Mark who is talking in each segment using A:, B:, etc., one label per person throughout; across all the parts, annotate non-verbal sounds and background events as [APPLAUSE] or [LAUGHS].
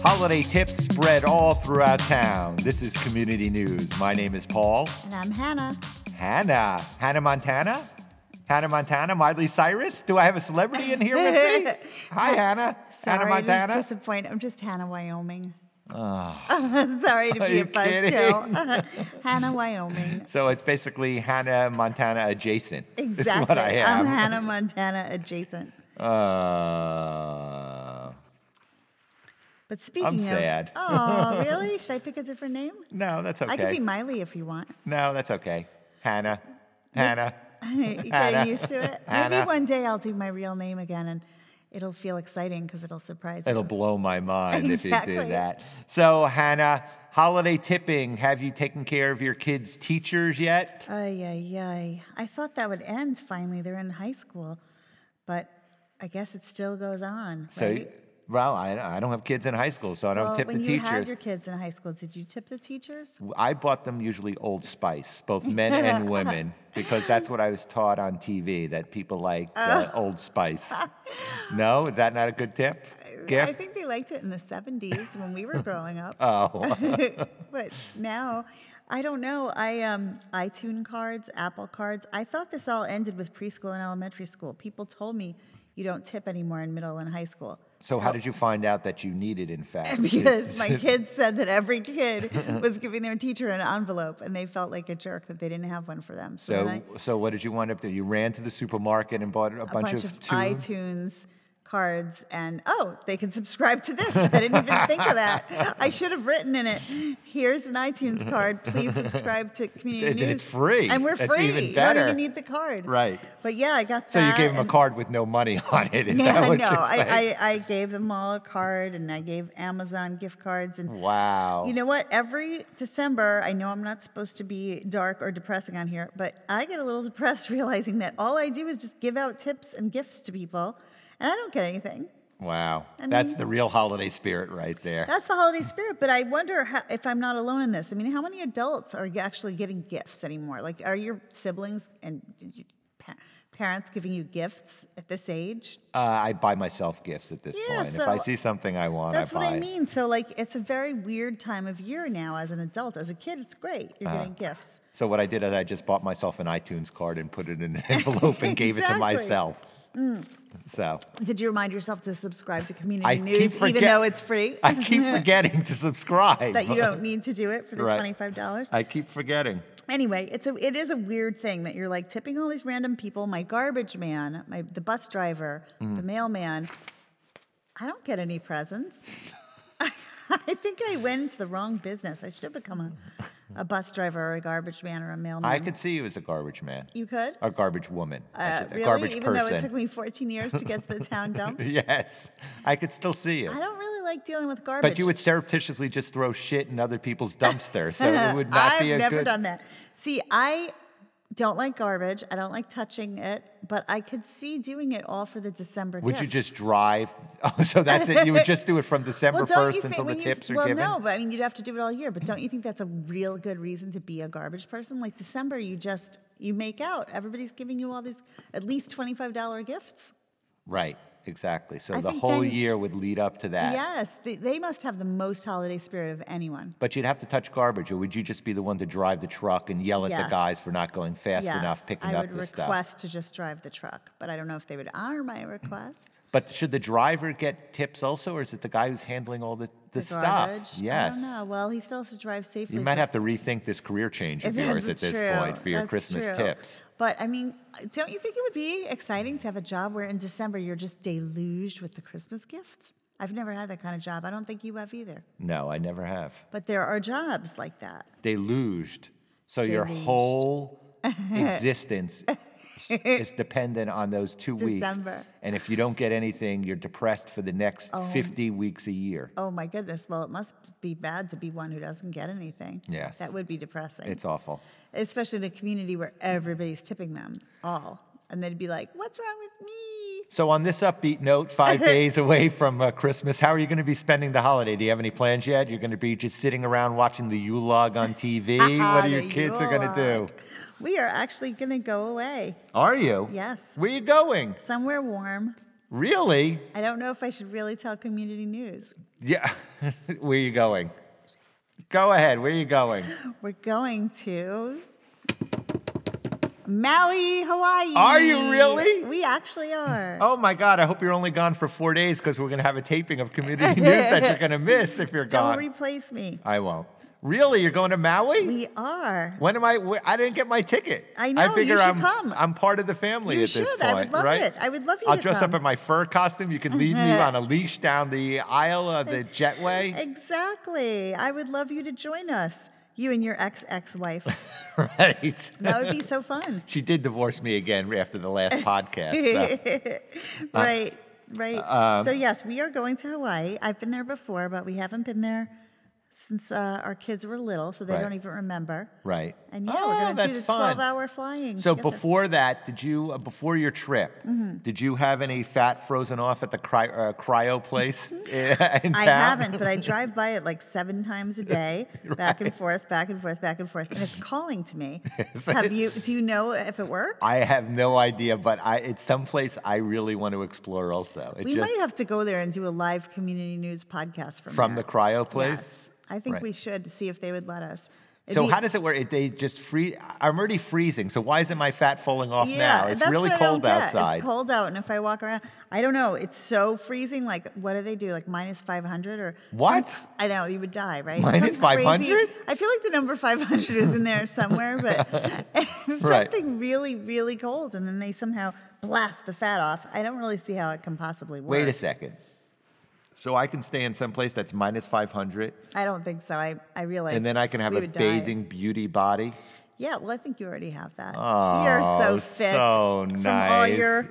A: Holiday tips spread all throughout town. This is Community News. My name is Paul.
B: And I'm Hannah.
A: Hannah. Hannah Montana? Hannah Montana? Miley Cyrus? Do I have a celebrity in here
B: [LAUGHS]
A: with me? Hi, Hannah.
B: Sorry,
A: Hannah
B: I
A: Montana?
B: was disappointed. I'm just Hannah, Wyoming. [LAUGHS] Sorry to
A: Ah. Are
B: be
A: you [LAUGHS]
B: a buzzkill. [LAUGHS] Hannah, Wyoming.
A: So it's basically Hannah Montana adjacent.
B: Exactly.
A: That's what I have.
B: I'm Hannah, Montana adjacent.
A: Uh,
B: But speaking of, [LAUGHS]
A: sad.
B: Oh, really? Should I pick a different name?
A: no, that's okay.
B: I could be Miley if you want. [LAUGHS]
A: no, that's okay. Hannah. Hannah.
B: you
A: Hannah.
B: getting used to it?
A: Hannah.
B: Maybe one day I'll do my real name again, and it'll feel exciting because it'll surprise.
A: It'll
B: you.
A: blow my mind if you do
B: Exactly.
A: that. So, Hannah, holiday tipping. Have you taken care of your kids' teachers yet?
B: Ay, ay, ay. I thought that would end finally. They're in high school, but I guess it still goes on.
A: So,
B: right?
A: well, I, I don't have kids in high school, so I don't
B: Well,
A: tip
B: when
A: the
B: you
A: teachers.
B: had your kids in high school, did you tip the teachers?
A: I bought them usually Old Spice, both men
B: [LAUGHS]
A: and women, because that's what I was taught on TV that people like uh,
B: Oh.
A: Old
B: [LAUGHS]
A: Spice. No, is that not a good tip?
B: I
A: Gift?
B: think they liked it in the 70s when we were growing up. [LAUGHS]
A: Oh,
B: but now, I don't know. I um, iTunes cards, Apple cards. I thought this all ended with preschool and elementary school. People told me you don't tip anymore in middle and
A: [LAUGHS]
B: high school.
A: so how did you find out that you needed, in fact?
B: because my kids said that
A: [LAUGHS]
B: every kid was giving their teacher an envelope and they felt like a jerk that they didn't have one for them. So, then I,
A: So, so what did you wind up doing? You ran to the supermarket and bought a,
B: a bunch, of,
A: of, two.
B: iTunes cards and oh, they can subscribe to this. I didn't even think of that. I should have written in it. Here's an iTunes card. Please subscribe to Community
A: And
B: News.
A: it's free.
B: and we're
A: That's
B: free.
A: even
B: You don't
A: better.
B: even need the card.
A: Right.
B: But yeah, I got
A: So
B: that.
A: you gave them
B: Uh, and-
A: a card with no money [LAUGHS] on it. Is
B: [LAUGHS] Yeah,
A: that
B: no,
A: what you're saying?
B: I, I, I gave them all a card and I gave Amazon gift cards and
A: wow.
B: You know what? Every December, I know I'm not supposed to be dark or depressing on here, but I get a little [LAUGHS] depressed realizing that all I do is just give out tips and gifts to people, and I don't get anything.
A: wow. That's the real holiday spirit right there.
B: That's the holiday spirit, but I wonder how, if I'm not alone in this. I mean, how many adults are actually getting gifts anymore? Like, are your siblings and your pa- parents giving you gifts at this age?
A: Uh, I buy myself gifts at this
B: Yeah,
A: point. if I
B: so
A: see something I want,
B: That's
A: I buy.
B: what I mean. So, like, it's a very weird time of year now as an adult. As a kid, it's great. You're getting gifts.
A: So what I did is I just bought myself an iTunes card and put it in an [LAUGHS] envelope and gave it to
B: Exactly. Mm.
A: myself. So
B: Did you remind yourself to subscribe to Community
A: I keep
B: News,
A: forget-
B: even though it's free?
A: [LAUGHS] I keep forgetting to subscribe.
B: [LAUGHS] that
A: [LAUGHS]
B: you don't need to do it for the
A: Right.
B: twenty-five dollars.
A: I keep forgetting.
B: Anyway, it's a it is a weird thing that you're like tipping all these random people. My garbage man, my the bus driver,
A: Mm.
B: the mailman. I don't get any presents. [LAUGHS] I think I went into the wrong business. I should have become a, a bus driver or a garbage man or a mailman.
A: I could see you as a garbage man,
B: you could.
A: a garbage woman, I
B: Mm-hmm. Uh,
A: should- a
B: really?
A: garbage
B: Even
A: person.
B: though it took me 14 years to get to the town dump,
A: [LAUGHS] Yes, I could still see you.
B: I don't really like dealing with garbage.
A: But you would surreptitiously just throw shit in other
B: [LAUGHS]
A: people's dumpster, so it would not
B: I've
A: be a
B: never
A: good.
B: done that. See, I don't like garbage. I don't like touching it, but I could see doing it all for the December.
A: Would you
B: gifts.
A: just drive? [LAUGHS] Oh, so that's it. You would just do it from December
B: [LAUGHS] Well, don't you
A: first
B: think
A: until the
B: when you,
A: tips are
B: well,
A: given.
B: no, but I mean, you'd have to do it all year. But don't you think that's a real good reason to be a garbage person? Like December, you just you make out. Everybody's giving you all these at least twenty five dollar gifts.
A: Right. Exactly. So
B: I
A: the
B: think
A: whole
B: then-
A: year would lead up to that.
B: Yes, they, they must have the most holiday spirit of anyone.
A: But you'd have to touch garbage, or would you just be the one to drive the truck and yell at the
B: Yes.
A: guys for not going fast
B: yes,
A: enough picking
B: I
A: up
B: would
A: the stuff?
B: request to just drive the truck, but I don't know if they would honor my request.
A: But should the driver get tips also, or is it the guy who's handling all the, the,
B: the
A: stuff?
B: garbage?
A: Yes.
B: I don't know. Well, he still has to drive safely.
A: You
B: so-
A: might have to rethink this career change of yours
B: That's
A: at this
B: true.
A: point for your
B: That's
A: Christmas
B: true.
A: tips.
B: But I mean, don't you think it would be exciting to have a job where in December you're just deluged with the Christmas gifts? I've never had that kind of job. I don't think you have either.
A: No, I never have.
B: But there are jobs like that.
A: deluged. So your
B: Deluged.
A: whole
B: [LAUGHS]
A: existence is dependent on those two
B: December.
A: weeks. And if you don't get anything, you're depressed for the next 50 weeks a year.
B: Oh my goodness. Well, it must be bad to be one who doesn't get anything.
A: Yes.
B: That would be depressing.
A: It's awful.
B: Especially in a community where everybody's tipping them all. And they'd be like, what's wrong with me?
A: So on this upbeat note,
B: [LAUGHS]
A: five days away from uh, Christmas, how are you going to be spending the holiday? Do you have any plans yet? You're going to be just sitting around watching the Yule log
B: [LAUGHS]
A: on TV. what are your
B: The
A: kids are going to
B: Yule
A: do?
B: We are actually going to go away
A: Are you?
B: Yes.
A: Where are you going?
B: somewhere warm.
A: Really?
B: I don't know if I should really tell community news. [LAUGHS]
A: Yeah. Where are you going? Go ahead. Where are you going?
B: We're going to Maui, Hawaii.
A: Are you really?
B: We actually are.
A: Oh my God! I hope you're only gone for four days because we're gonna have a taping of
B: [LAUGHS]
A: community news that you're gonna miss if you're
B: don't
A: gone.
B: replace me.
A: I won't. Really? You're going to Maui?
B: We are.
A: When am I? wh- I didn't get my ticket.
B: I know,
A: I
B: you
A: figure
B: should
A: I'm
B: come.
A: I'm part of the family
B: You
A: at this
B: should,
A: point,
B: I would love
A: right?
B: it. I would love you
A: I'll
B: to
A: dress
B: come.
A: up in my fur costume. You can lead me on
B: [LAUGHS]
A: a leash down the aisle of the jetway, [LAUGHS]
B: Exactly. I would love you to join us, you and your ex ex wife.
A: right?
B: That would be so fun.
A: She did divorce me again after the
B: [LAUGHS]
A: last podcast. so- uh,
B: right, right.
A: um,
B: so, yes, we are going to Hawaii. I've been there before, but we haven't been there since uh, our kids were little, so they
A: Right.
B: don't even remember.
A: Right.
B: And yeah,
A: oh,
B: we're going to
A: that's
B: do the
A: fun.
B: 12 hour flying.
A: So
B: together.
A: before that, did you uh, before your trip,
B: Mm-hmm.
A: did you have any fat frozen off at the cry, uh, cryo
B: [LAUGHS]
A: place [LAUGHS] in town?
B: I haven't, but
A: [LAUGHS]
B: I drive by it like seven times a day, back and forth, back and forth, back and forth, and it's calling
A: [LAUGHS]
B: to me. Have you? Do you know if it works?
A: I have no idea, but I it's someplace I really want to explore also. It
B: we
A: just
B: might have to go there and do a live community news podcast from
A: from
B: there.
A: the cryo place.
B: Yes, I think
A: Right.
B: we should to see if they would let us. It'd
A: So
B: be-
A: how does it work? It- They just free. I'm already freezing. So why isn't my fat falling off
B: yeah,
A: now? It's
B: that's
A: really
B: what I don't
A: cold
B: get.
A: outside.
B: It's cold out, and if I walk around, I don't know. It's so freezing. Like, what do they do? Like minus five hundred or some-
A: What?
B: I know you would die, right?
A: Minus
B: Some crazy-
A: 500?
B: I feel like the number five hundred is in there somewhere, but
A: [LAUGHS]
B: [LAUGHS] it's
A: Right.
B: something really, really cold, and then they somehow blast the fat off. I don't really see how it can possibly work.
A: Wait a second. So I can stay in someplace that's minus 500,
B: I don't think so. I I realize.
A: and then I can have
B: we
A: a
B: would die.
A: bathing beauty body.
B: Yeah, well, I think you already have that.
A: Oh,
B: You're so fit.
A: so
B: from all
A: nice.
B: your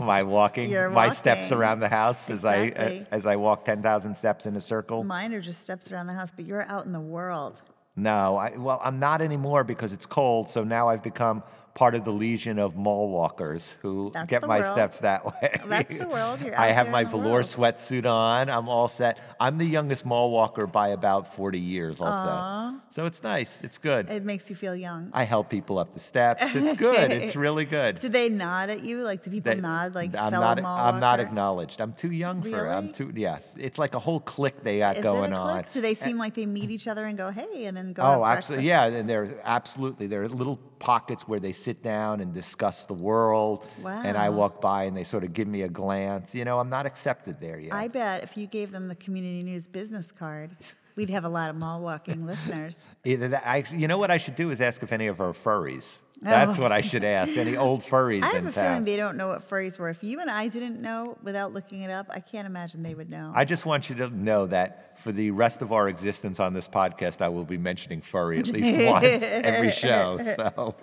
A: My walking,
B: You're
A: my steps
B: walking.
A: around the house as
B: Exactly.
A: I uh, as I walk 10,000 steps in a circle.
B: mine are just steps around the house, but you're out in the world.
A: No, I, well, I'm not anymore because it's cold. So now I've become part of the legion of mall walkers who
B: That's
A: get
B: the
A: my
B: world.
A: steps that way.
B: That's
A: [LAUGHS]
B: the world. You're
A: I
B: out
A: have
B: there
A: my
B: in the
A: velour
B: world.
A: sweatsuit on. I'm all set. I'm the youngest mall walker by about 40 years, also. So it's nice. It's good.
B: It makes you feel young.
A: I help people up the steps. It's good.
B: [LAUGHS]
A: it's really good.
B: Do they nod at you? Like, do people
A: that
B: nod? Like,
A: I'm
B: fellow
A: not,
B: mall
A: I'm not
B: walker?
A: acknowledged. I'm too young for it. I'm
B: Really?
A: too yes. It's like a whole clique they got
B: Is it a
A: going on.
B: clique? Do they seem like they meet each other and go, hey, and then go have
A: Oh,
B: breakfast?
A: absolutely. Yeah, and there are absolutely there are little pockets where they sit down and discuss the world. And I
B: Wow.
A: walk by and they sort of give me a glance. You know, I'm not accepted there yet.
B: I bet if you gave them the community news business card, we'd have a lot of
A: [LAUGHS]
B: mall walking listeners.
A: Either that, I, you know what I should do is ask if any of our furries. That's
B: Oh.
A: what I should ask. Any old furries
B: [LAUGHS] I have
A: in
B: a
A: town.
B: feeling they don't know what furries were. If you and I didn't know without looking it up, I can't imagine they would know.
A: I just want you to know that for the rest of our existence on this podcast, I will be mentioning furry at least
B: [LAUGHS]
A: once every show. So,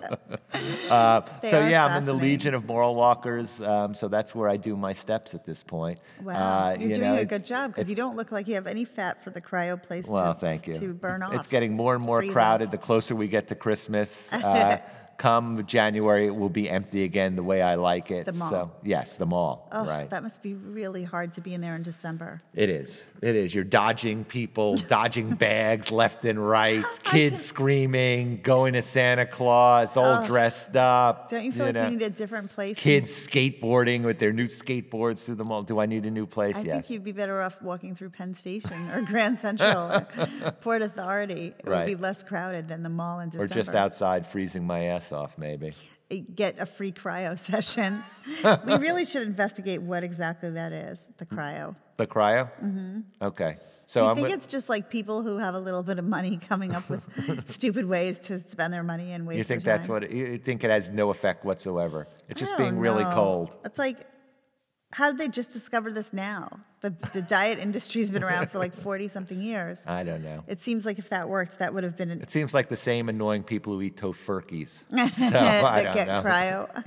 A: uh,
B: They
A: so
B: are
A: yeah, I'm in the
B: fascinating.
A: Legion of Moral Walkers. Um, so that's where I do my steps at this point.
B: Wow,
A: Uh,
B: you're doing
A: know,
B: a
A: it's-
B: good job because
A: it's-
B: you don't look like you have any fat for the cryo place
A: Well,
B: to,
A: thank you.
B: to burn off.
A: It's getting more and
B: to
A: more
B: freeze off.
A: crowded the closer we get to
B: [LAUGHS]
A: Christmas. Uh, come January, it will be empty again the way I like it.
B: The
A: So
B: mall.
A: yes, the mall.
B: Oh,
A: right.
B: that must be really hard to be in there in December.
A: It is. It is. You're dodging
B: [LAUGHS]
A: people, dodging bags left and right, kids screaming, going to Santa Claus, all dressed up.
B: Don't you feel like
A: know.
B: you need a different place?
A: kids skateboarding with their new skateboards through the mall? Do I need a new place?
B: I
A: yes.
B: think you'd be better off walking through Penn Station or
A: [LAUGHS]
B: Grand Central or Port Authority. It would be
A: Right.
B: less crowded than the mall in December.
A: or just outside freezing my ass off, maybe.
B: Uh, Get a free
A: [LAUGHS]
B: cryo [LAUGHS] session. we really should investigate what exactly that is, the cryo.
A: The cryo? Mm-hmm. Okay. So
B: Do you
A: I'm
B: think
A: gonna-
B: it's just like people who have a little bit of money coming
A: [LAUGHS]
B: up with stupid ways to spend their money and waste
A: you think
B: their
A: that's
B: time?
A: what it, you think it has no effect whatsoever. It's just
B: I
A: being
B: don't
A: really
B: know.
A: cold.
B: It's like, how did they just discover this now? The, the diet industry's been around for like 40 something years.
A: I don't know.
B: It seems like if that worked, that would have been an,
A: It seems like the same annoying people who eat tofurkeys.
B: [LAUGHS]
A: So I
B: That
A: don't
B: get
A: know.
B: cryo.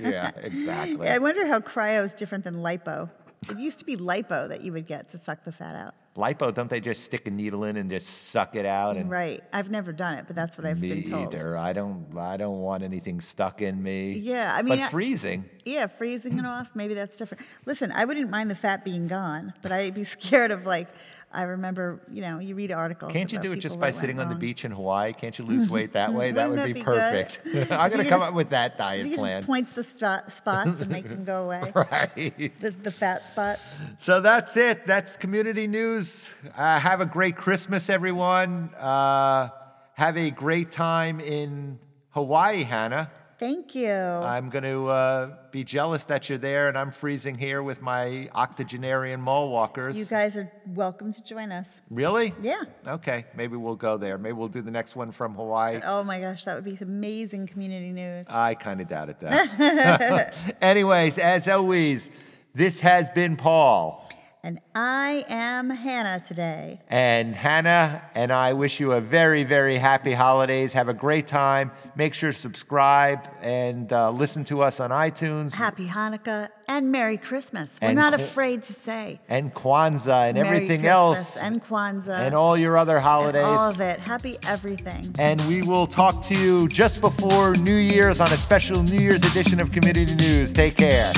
A: [LAUGHS] yeah, exactly.
B: I wonder how cryo is different than lipo. It used to be lipo that you would get to suck the fat out.
A: Lipo, don't they just stick a needle in and just suck it out? And
B: Right. I've never done it, but that's what I've
A: me
B: been told.
A: either. I don't. I don't want anything stuck in me.
B: Yeah, I mean,
A: but
B: I-
A: freezing.
B: Yeah, freezing it off. Maybe that's different. Listen, I wouldn't mind the fat being gone, but I'd be [LAUGHS] scared of like I remember, you know, you read articles.
A: Can't you
B: about
A: do it
B: people,
A: just
B: what
A: by
B: went
A: sitting on the
B: wrong.
A: beach in Hawaii? Can't
B: [LAUGHS]
A: you lose weight that way? that would
B: Wouldn't that
A: be,
B: be good?
A: perfect. [LAUGHS]
B: If
A: I'm
B: you
A: gonna
B: could
A: come
B: just-
A: up with that
B: If
A: diet
B: you could
A: plan.
B: just point the st- spots and make them go away.
A: [LAUGHS] right.
B: the, the fat spots.
A: So that's it. That's community news. Uh, have a great Christmas, everyone. Uh, have a great time in Hawaii, Hannah.
B: Thank you.
A: I'm going to uh, be jealous that you're there and I'm freezing here with my octogenarian mall walkers.
B: you guys are welcome to join us.
A: really?
B: Yeah.
A: Okay, maybe we'll go there. Maybe we'll do the next one from Hawaii.
B: Oh my gosh, that would be amazing community news.
A: I kind of doubted that.
B: [LAUGHS]
A: [LAUGHS] Anyways, as always, this has been Paul.
B: And I am Hannah today.
A: And Hannah and I wish you a very, very happy holidays. Have a great time. Make sure to subscribe and uh, listen to us on iTunes
B: Happy Hanukkah and Merry Christmas. We're
A: And
B: not
A: Qu-
B: afraid to say
A: and Kwanzaa and
B: Merry
A: everything else
B: Christmas and Kwanzaa
A: and all your other
B: and
A: holidays.
B: all of it. Happy everything.
A: and we will talk to you just before New Year's on a special New Year's edition of Community News. Take care.